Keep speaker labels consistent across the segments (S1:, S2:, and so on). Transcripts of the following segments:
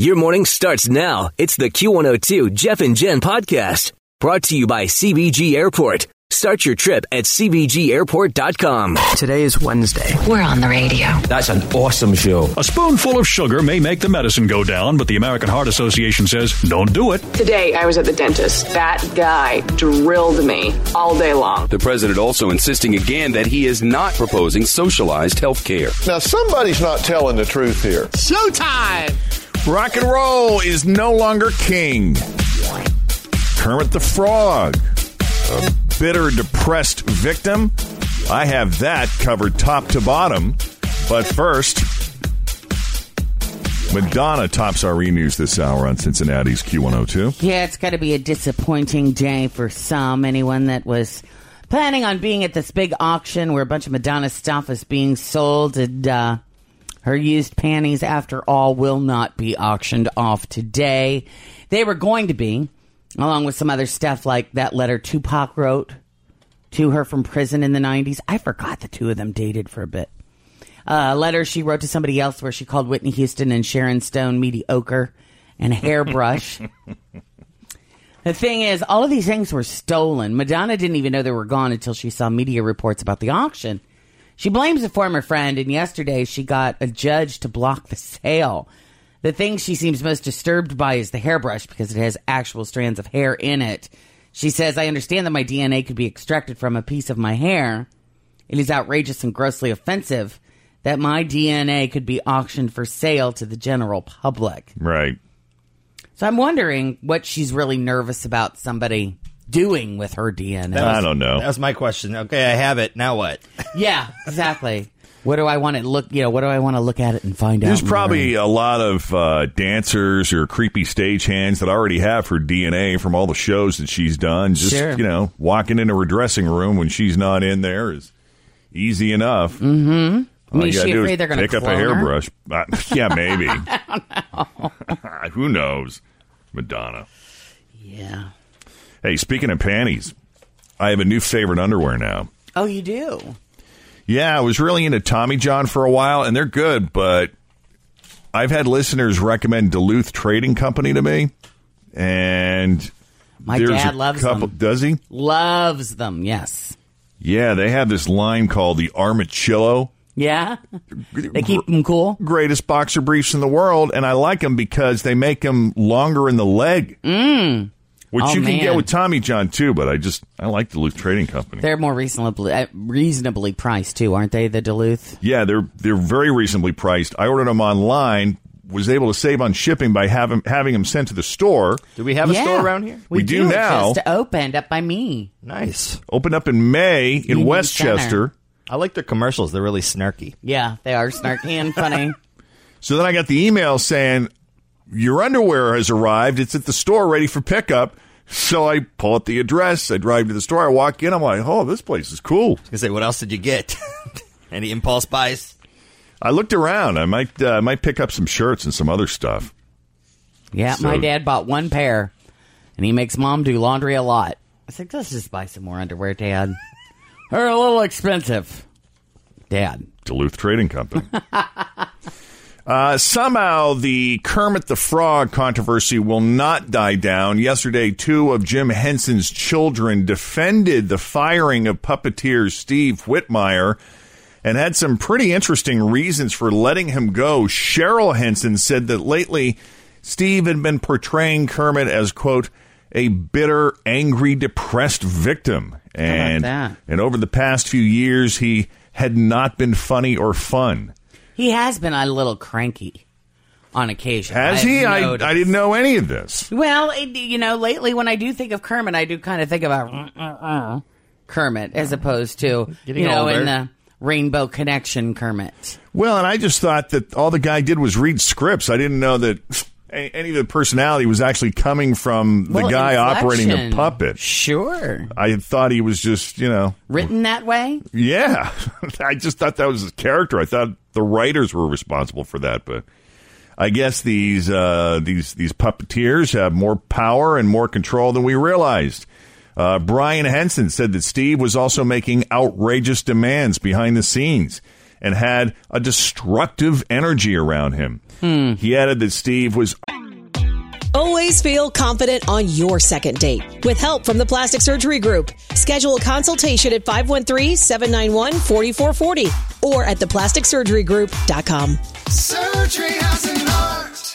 S1: Your morning starts now. It's the Q102 Jeff and Jen podcast brought to you by CBG Airport. Start your trip at CBGAirport.com.
S2: Today is Wednesday.
S3: We're on the radio.
S4: That's an awesome show.
S5: A spoonful of sugar may make the medicine go down, but the American Heart Association says don't do it.
S6: Today, I was at the dentist. That guy drilled me all day long.
S7: The president also insisting again that he is not proposing socialized health care.
S8: Now, somebody's not telling the truth here.
S9: Showtime!
S10: Rock and roll is no longer king. Kermit the Frog, a bitter, depressed victim. I have that covered top to bottom. But first, Madonna tops our e news this hour on Cincinnati's Q102.
S11: Yeah, it's got to be a disappointing day for some. Anyone that was planning on being at this big auction where a bunch of Madonna stuff is being sold and uh, her used panties, after all, will not be auctioned off today. They were going to be, along with some other stuff like that letter Tupac wrote to her from prison in the 90s. I forgot the two of them dated for a bit. A letter she wrote to somebody else where she called Whitney Houston and Sharon Stone mediocre and hairbrush. the thing is, all of these things were stolen. Madonna didn't even know they were gone until she saw media reports about the auction. She blames a former friend, and yesterday she got a judge to block the sale. The thing she seems most disturbed by is the hairbrush because it has actual strands of hair in it. She says, I understand that my DNA could be extracted from a piece of my hair. It is outrageous and grossly offensive that my DNA could be auctioned for sale to the general public.
S10: Right.
S11: So I'm wondering what she's really nervous about somebody doing with her DNA.
S10: I don't know.
S9: That was my question. Okay, I have it. Now what?
S11: yeah, exactly. What do I want to look? You know, what do I want to look at it and find out?
S10: There's
S11: more?
S10: probably a lot of uh, dancers or creepy stagehands that already have her DNA from all the shows that she's done. Just
S11: Sure.
S10: you know, walking into her dressing room when she's not in there is easy enough.
S11: I
S10: All
S11: mean,
S10: you
S11: is
S10: gotta
S11: she
S10: do is
S11: afraid they're going to
S10: pick up a hairbrush. Uh, yeah, maybe. Who knows, Madonna?
S11: Yeah.
S10: Hey, speaking of panties, I have a new favorite underwear now.
S11: Oh, you do.
S10: Yeah, I was really into Tommy John for a while, and they're good, but I've had listeners recommend Duluth Trading Company to me, and
S11: My
S10: there's
S11: dad
S10: a
S11: loves
S10: couple,
S11: them.
S10: Does he?
S11: Loves them. Yes.
S10: Yeah, they have this line called the Armachillo.
S11: Yeah. They keep them cool.
S10: Greatest boxer briefs in the world, and I like them because they make them longer in the leg, mm. which
S11: Oh,
S10: you can get
S11: man.
S10: with Tommy John too. But I just I like Duluth Trading Company.
S11: They're more reasonably uh, reasonably priced too, aren't they? The Duluth.
S10: Yeah, they're they're very reasonably priced. I ordered them online, was able to save on shipping by having having them sent to the store.
S9: Do we have a
S11: Yeah.
S9: store around here?
S10: We do
S11: It
S10: now.
S11: Just opened up by me.
S9: Nice.
S10: Opened up in May in
S11: Union
S10: Westchester.
S11: Center.
S9: I like their commercials. They're really snarky.
S11: Yeah, they are snarky and funny.
S10: So then I got the email saying your underwear has arrived. It's at the store ready for pickup. So I pull up the address. I drive to the store. I walk in. I'm like, oh, this place is cool.
S9: I was gonna say, what else did you get? Any impulse buys?
S10: I looked around. I might uh, I might pick up some shirts and some other stuff.
S11: Yeah, my
S10: So-
S11: dad bought one pair, and he makes mom do laundry a lot. I said, let's just buy some more underwear, Dad. They're a little expensive, Dad.
S10: Duluth Trading Company. Uh, somehow, the Kermit the Frog controversy will not die down. Yesterday, two of Jim Henson's children defended the firing of puppeteer Steve Whitmire and had some pretty interesting reasons for letting him go. Cheryl Henson said that lately Steve had been portraying Kermit as, quote, a bitter, angry, depressed victim. And,
S11: that?
S10: and over the past few years, he had not been funny or fun.
S11: He has been a little cranky on occasion.
S10: Has
S11: I've
S10: he? I,
S11: noticed.
S10: I didn't know any of this.
S11: Well, it, you know, lately when I do think of Kermit, I do kind of think about uh, uh, uh, Kermit as opposed to
S9: Getting
S11: you know in
S9: older.
S11: the Rainbow Connection Kermit.
S10: Well, and I just thought that all the guy did was read scripts. I didn't know that any, any of the personality was actually coming from the
S11: Well,
S10: guy operating the
S11: inflection.
S10: puppet.
S11: Sure,
S10: I thought he was just, you know,
S11: written that way.
S10: yeah. I just thought that was his character. I thought the writers were responsible for that, but I guess these uh, these these puppeteers have more power and more control than we realized. Uh, Brian Henson said that Steve was also making outrageous demands behind the scenes and had a destructive energy around him. He added that Steve was
S2: Always feel confident on your second date. With help from the Plastic Surgery Group, schedule a consultation at 513-791-4440 or at theplasticsurgerygroup.com.
S3: Surgery has an art.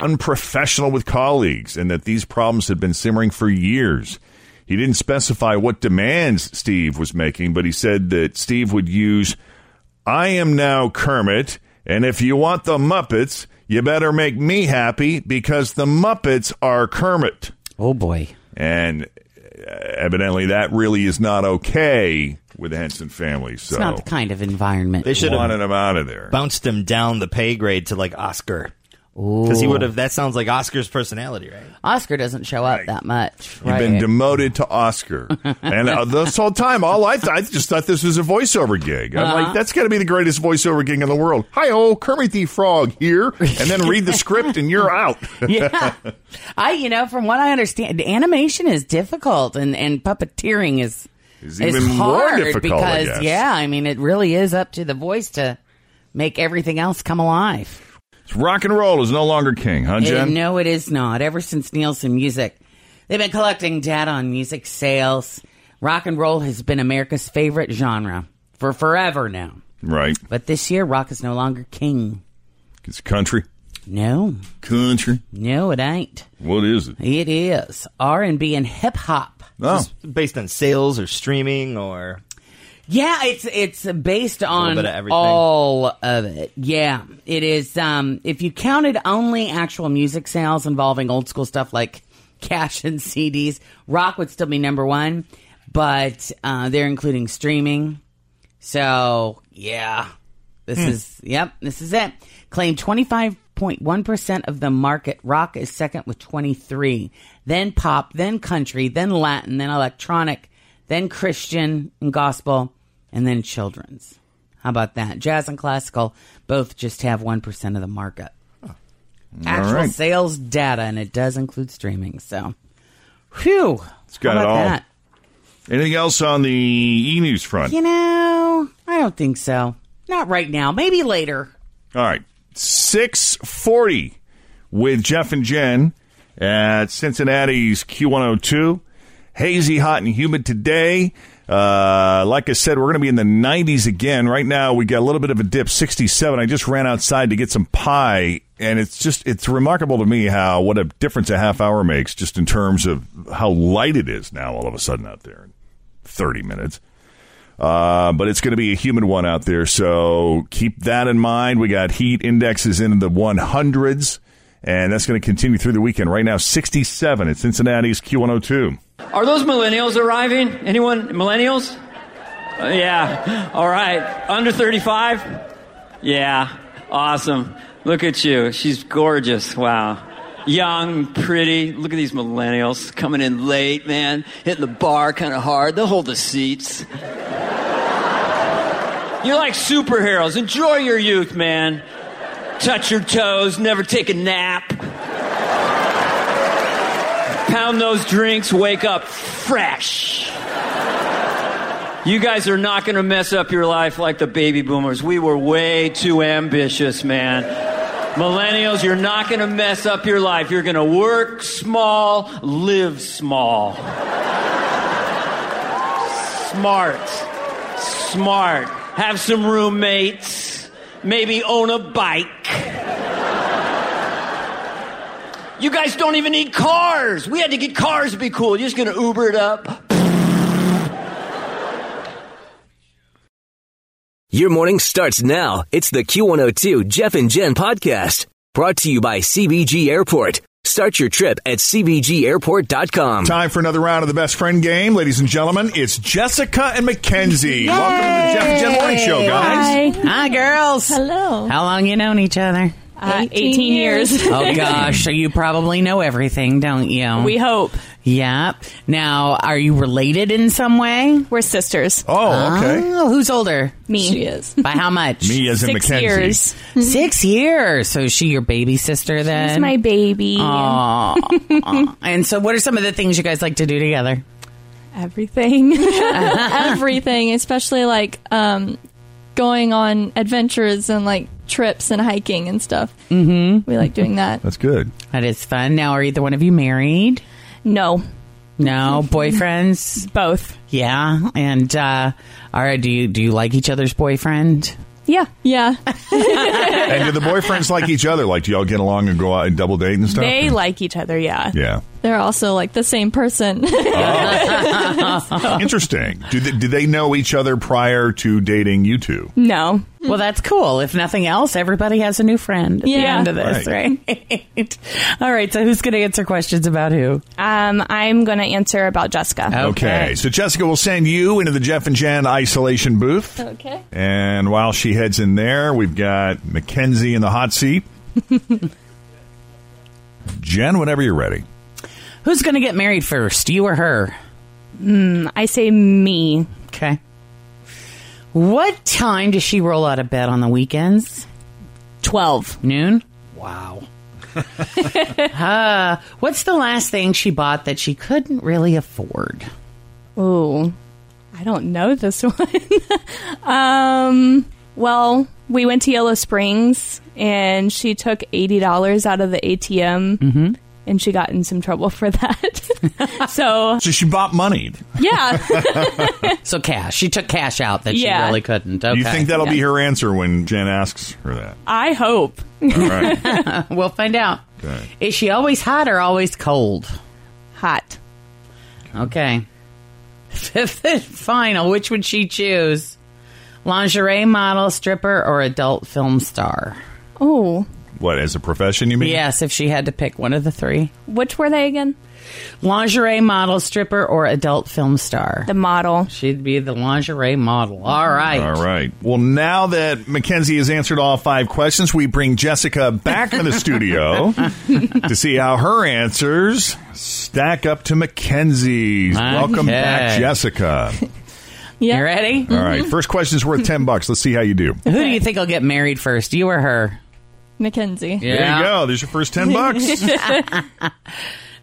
S10: unprofessional with colleagues and that these problems had been simmering for years. He didn't specify what demands Steve was making, but he said that Steve would use, I am now Kermit, and if you want the Muppets, you better make me happy because the Muppets are Kermit.
S11: Oh boy.
S10: And uh, evidently that really is not okay with the Henson family. So
S11: It's not the kind of environment
S9: They should
S10: wanted
S9: have
S10: him out of there.
S9: bounced him down the pay grade to like Oscar. Because he would have, that sounds like Oscar's personality, right?
S11: Oscar doesn't show up that much.
S10: You've
S11: Right?
S10: been demoted to Oscar. and uh, this whole time, all I, th- I just thought this was a voiceover gig. I'm
S11: Uh-huh.
S10: like, that's got to be the greatest voiceover gig in the world. Hi, old Kermit the Frog here. And then read the script and you're out.
S11: yeah. I, you know, from what I understand, animation is difficult and, and puppeteering is,
S10: Is even more
S11: hard
S10: difficult, I
S11: because,
S10: guess.
S11: yeah, I mean, it really is up to the voice to make everything else come alive.
S10: Rock and roll is no longer king, huh, Jen?
S11: And no, it is not. Ever since Nielsen Music, they've been collecting data on music sales. Rock and roll has been America's favorite genre for forever now.
S10: Right.
S11: But this year, rock is no longer king.
S10: It's country.
S11: No,
S10: Country.
S11: no, it ain't.
S10: What is it?
S11: It is R&B and hip hop.
S10: Oh.
S9: Based on sales or streaming or.
S11: Yeah, it's it's based on
S9: bit of everything.
S11: all of it. Yeah, it is. Um, if you counted only actual music sales involving old school stuff like cash and CDs, rock would still be number one. But uh, they're including streaming. So yeah, this
S10: Hmm.
S11: is yep, this is it. Claim twenty five point one percent of the market. Rock is second with twenty three. Then pop, then country, then Latin, then electronic, then Christian and gospel, and then children's. How about that? Jazz and classical both just have one percent of the market. Actual
S10: right.
S11: sales data, and it does include streaming. So, whew, it's
S10: got it all. Anything else on the e news front?
S11: You know, I don't think so. Not right now. Maybe later.
S10: All right. 640 with Jeff and Jen at Cincinnati's Q102. Hazy, hot, and humid today. Uh, like I said, we're going to be in the 90s again. Right now, we got a little bit of a dip, 67. I just ran outside to get some pie, and it's just, it's remarkable to me how, what a difference a half hour makes just in terms of how light it is now all of a sudden out there in 30 minutes. Uh, but it's going to be a humid one out there, so keep that in mind. We got heat indexes in the 100s, and that's going to continue through the weekend. Right now, 67 at Cincinnati's Q102.
S12: Are those millennials arriving? Anyone? Millennials? Uh, yeah. All right. Under 35? Yeah. Awesome. Look at you. She's gorgeous. Wow. Young, pretty. Look at these millennials coming in late, man. Hitting the bar kind of hard. They'll hold the seats. You're like superheroes. Enjoy your youth, man. Touch your toes, never take a nap. Pound those drinks, wake up fresh. You guys are not going to mess up your life like the baby boomers. We were way too ambitious, man. Millennials, you're not going to mess up your life. You're going to work small, live small. Smart. Smart. Have some roommates. Maybe own a bike. You guys don't even need cars. We had to get cars to be cool. You're just going to Uber it up.
S1: Your morning starts now. It's the Q102 Jeff and Jen podcast brought to you by CBG Airport. Start your trip at CBGAirport.com.
S10: Time for another round of the best friend game, ladies and gentlemen. It's Jessica and Mackenzie. Welcome to the Jeff and Jen Morning Show, guys.
S11: Hi. Hi, girls. Hello. How long you known each other?
S13: Uh, 18 18 years. years.
S11: oh gosh, so you probably know everything, don't you?
S13: We hope.
S11: Yep. Now, are you related in some way?
S13: We're sisters.
S10: Oh, okay.
S11: Oh, who's older?
S13: Me. She is.
S11: By how much?
S10: Me as in
S13: Six
S10: Mackenzie.
S13: years.
S11: Six years. So is she your baby sister then?
S13: She's my baby.
S11: Uh. Aw. and so, what are some of the things you guys like to do together?
S13: Everything. Everything, especially like um, going on adventures and like trips and hiking and stuff. Mm-hmm. We like doing that.
S10: That's good.
S11: That is fun. Now, are either one of you married?
S13: No.
S11: No, boyfriends.
S13: Both.
S11: yeah, and uh, all right. Do you do you like each other's boyfriend?
S13: Yeah. Yeah.
S10: And do the boyfriends like each other? Like, do y'all get along and go out and double date and stuff?
S13: they like each other. Yeah.
S10: yeah.
S13: They're also like the same person.
S10: Interesting. Do they, do they know each other prior to dating you two?
S13: no.
S11: Well, that's cool. If nothing else, everybody has a new friend at the
S13: Yeah.
S11: end of this, right? all right. So, who's going to answer questions about who?
S13: Um, I'm going to answer about Jessica.
S11: Okay.
S10: So Jessica will send you into the Jeff and Jan isolation booth.
S13: Okay.
S10: And while she heads in there, we've got Mackenzie in the hot seat. Jen, whenever you're ready.
S11: Who's going to get married first, you or her?
S13: I say me.
S11: Okay. What time does she roll out of bed on the weekends?
S13: 12.
S11: Noon? Wow. uh, what's the last thing she bought that she couldn't really afford?
S13: Ooh, I don't know this one. um, well, we went to Yellow Springs and she took $80 out of the ATM and she got in some trouble for that. so,
S10: So she bought money.
S13: yeah.
S11: So cash. She took cash out that
S13: Yeah.
S11: she really couldn't. Okay.
S10: You think that'll be her answer when Jen asks her that?
S13: I hope.
S10: All right.
S11: we'll find out.
S10: Okay.
S11: Is she always hot or always cold?
S13: Hot.
S11: Okay. Fifth and final. Which would she choose? Lingerie model, stripper, or adult film star?
S13: Oh,
S10: What, as a profession, you mean?
S11: Yes, if she had to pick one of the three.
S13: which were they again?
S11: Lingerie model, stripper, or adult film star?
S13: The model.
S11: She'd be the lingerie model. All right.
S10: All right. Well, now that Mackenzie has answered all five questions, we bring Jessica back to the studio to see how her answers stack up to Mackenzie's. Welcome back,
S11: Okay.
S10: Jessica.
S11: You ready?
S10: All right. First question's worth 10 bucks. Let's see how you do.
S11: Who do you think will get married first, you or her?
S13: Mackenzie.
S10: There you go. There's your first 10 bucks.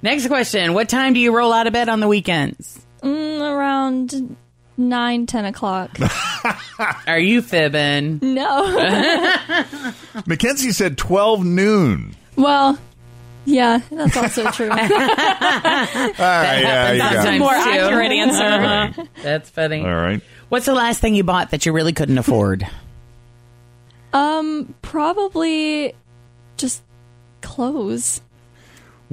S11: Next question. What time do you roll out of bed on the weekends?
S13: Mm, around 9, 10 o'clock.
S11: Are you
S13: Mm,
S11: fibbing?
S13: no.
S10: Mackenzie said 12 noon.
S13: well, yeah, that's also true.
S10: All right. Yeah, you got it.
S11: Sometimes
S13: More
S11: too.
S13: accurate answer.
S11: All right. That's funny.
S10: All right.
S11: What's the last thing you bought that you really couldn't afford?
S13: Um, probably just clothes. I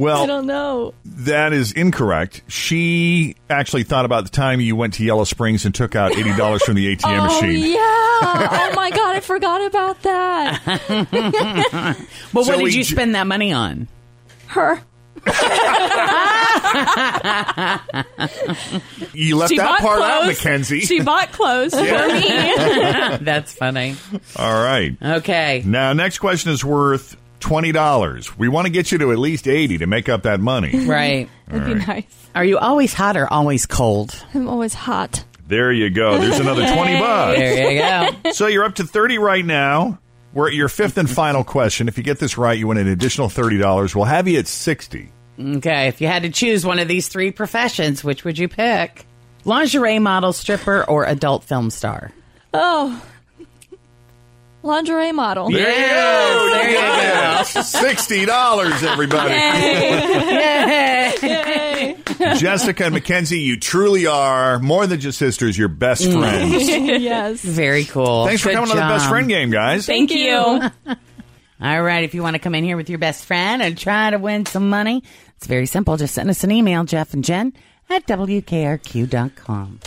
S10: Well,
S13: don't know.
S10: that is incorrect. She actually thought about the time you went to Yellow Springs and took out $80 from the ATM
S13: oh
S10: machine.
S13: yeah! Oh my god, I forgot about that.
S11: Well,
S10: So
S11: what
S10: we
S11: did you
S10: ju-
S11: spend that money on?
S13: Her.
S10: You left
S13: She
S10: that
S13: bought
S10: part out,
S13: clothes.
S10: Mackenzie.
S13: She bought clothes for me.
S11: That's funny.
S10: All right.
S11: Okay.
S10: Now, next question is worth twenty dollars. We want to get you to at least eighty to make up that money.
S11: Right.
S13: That'd be nice.
S11: Are you always hot or always cold?
S13: I'm always hot.
S10: There you go. There's another
S14: Yay.
S10: 20 bucks.
S14: There you
S10: go. So you're up to 30 right now. We're at your fifth and final question. If you get this right, you win an additional $30. We'll have you at 60.
S11: Okay, if you had to choose one of these three professions, which would you pick? Lingerie model, stripper, or adult film star?
S13: Oh, lingerie model.
S10: There you go.
S13: There you
S10: Yeah. $60, everybody.
S13: Yay!
S10: Jessica and Mackenzie, you truly are more than just sisters, you're best
S13: Mm.
S10: friends.
S13: yes.
S11: Very cool.
S10: Thanks for
S11: Good
S10: coming on the best
S11: job.
S10: friend game, guys.
S13: Thank you.
S11: All right, if you want to come in here with your best friend and try to win some money, it's very simple. Just send us an email, Jeff and Jen at WKRQ.com.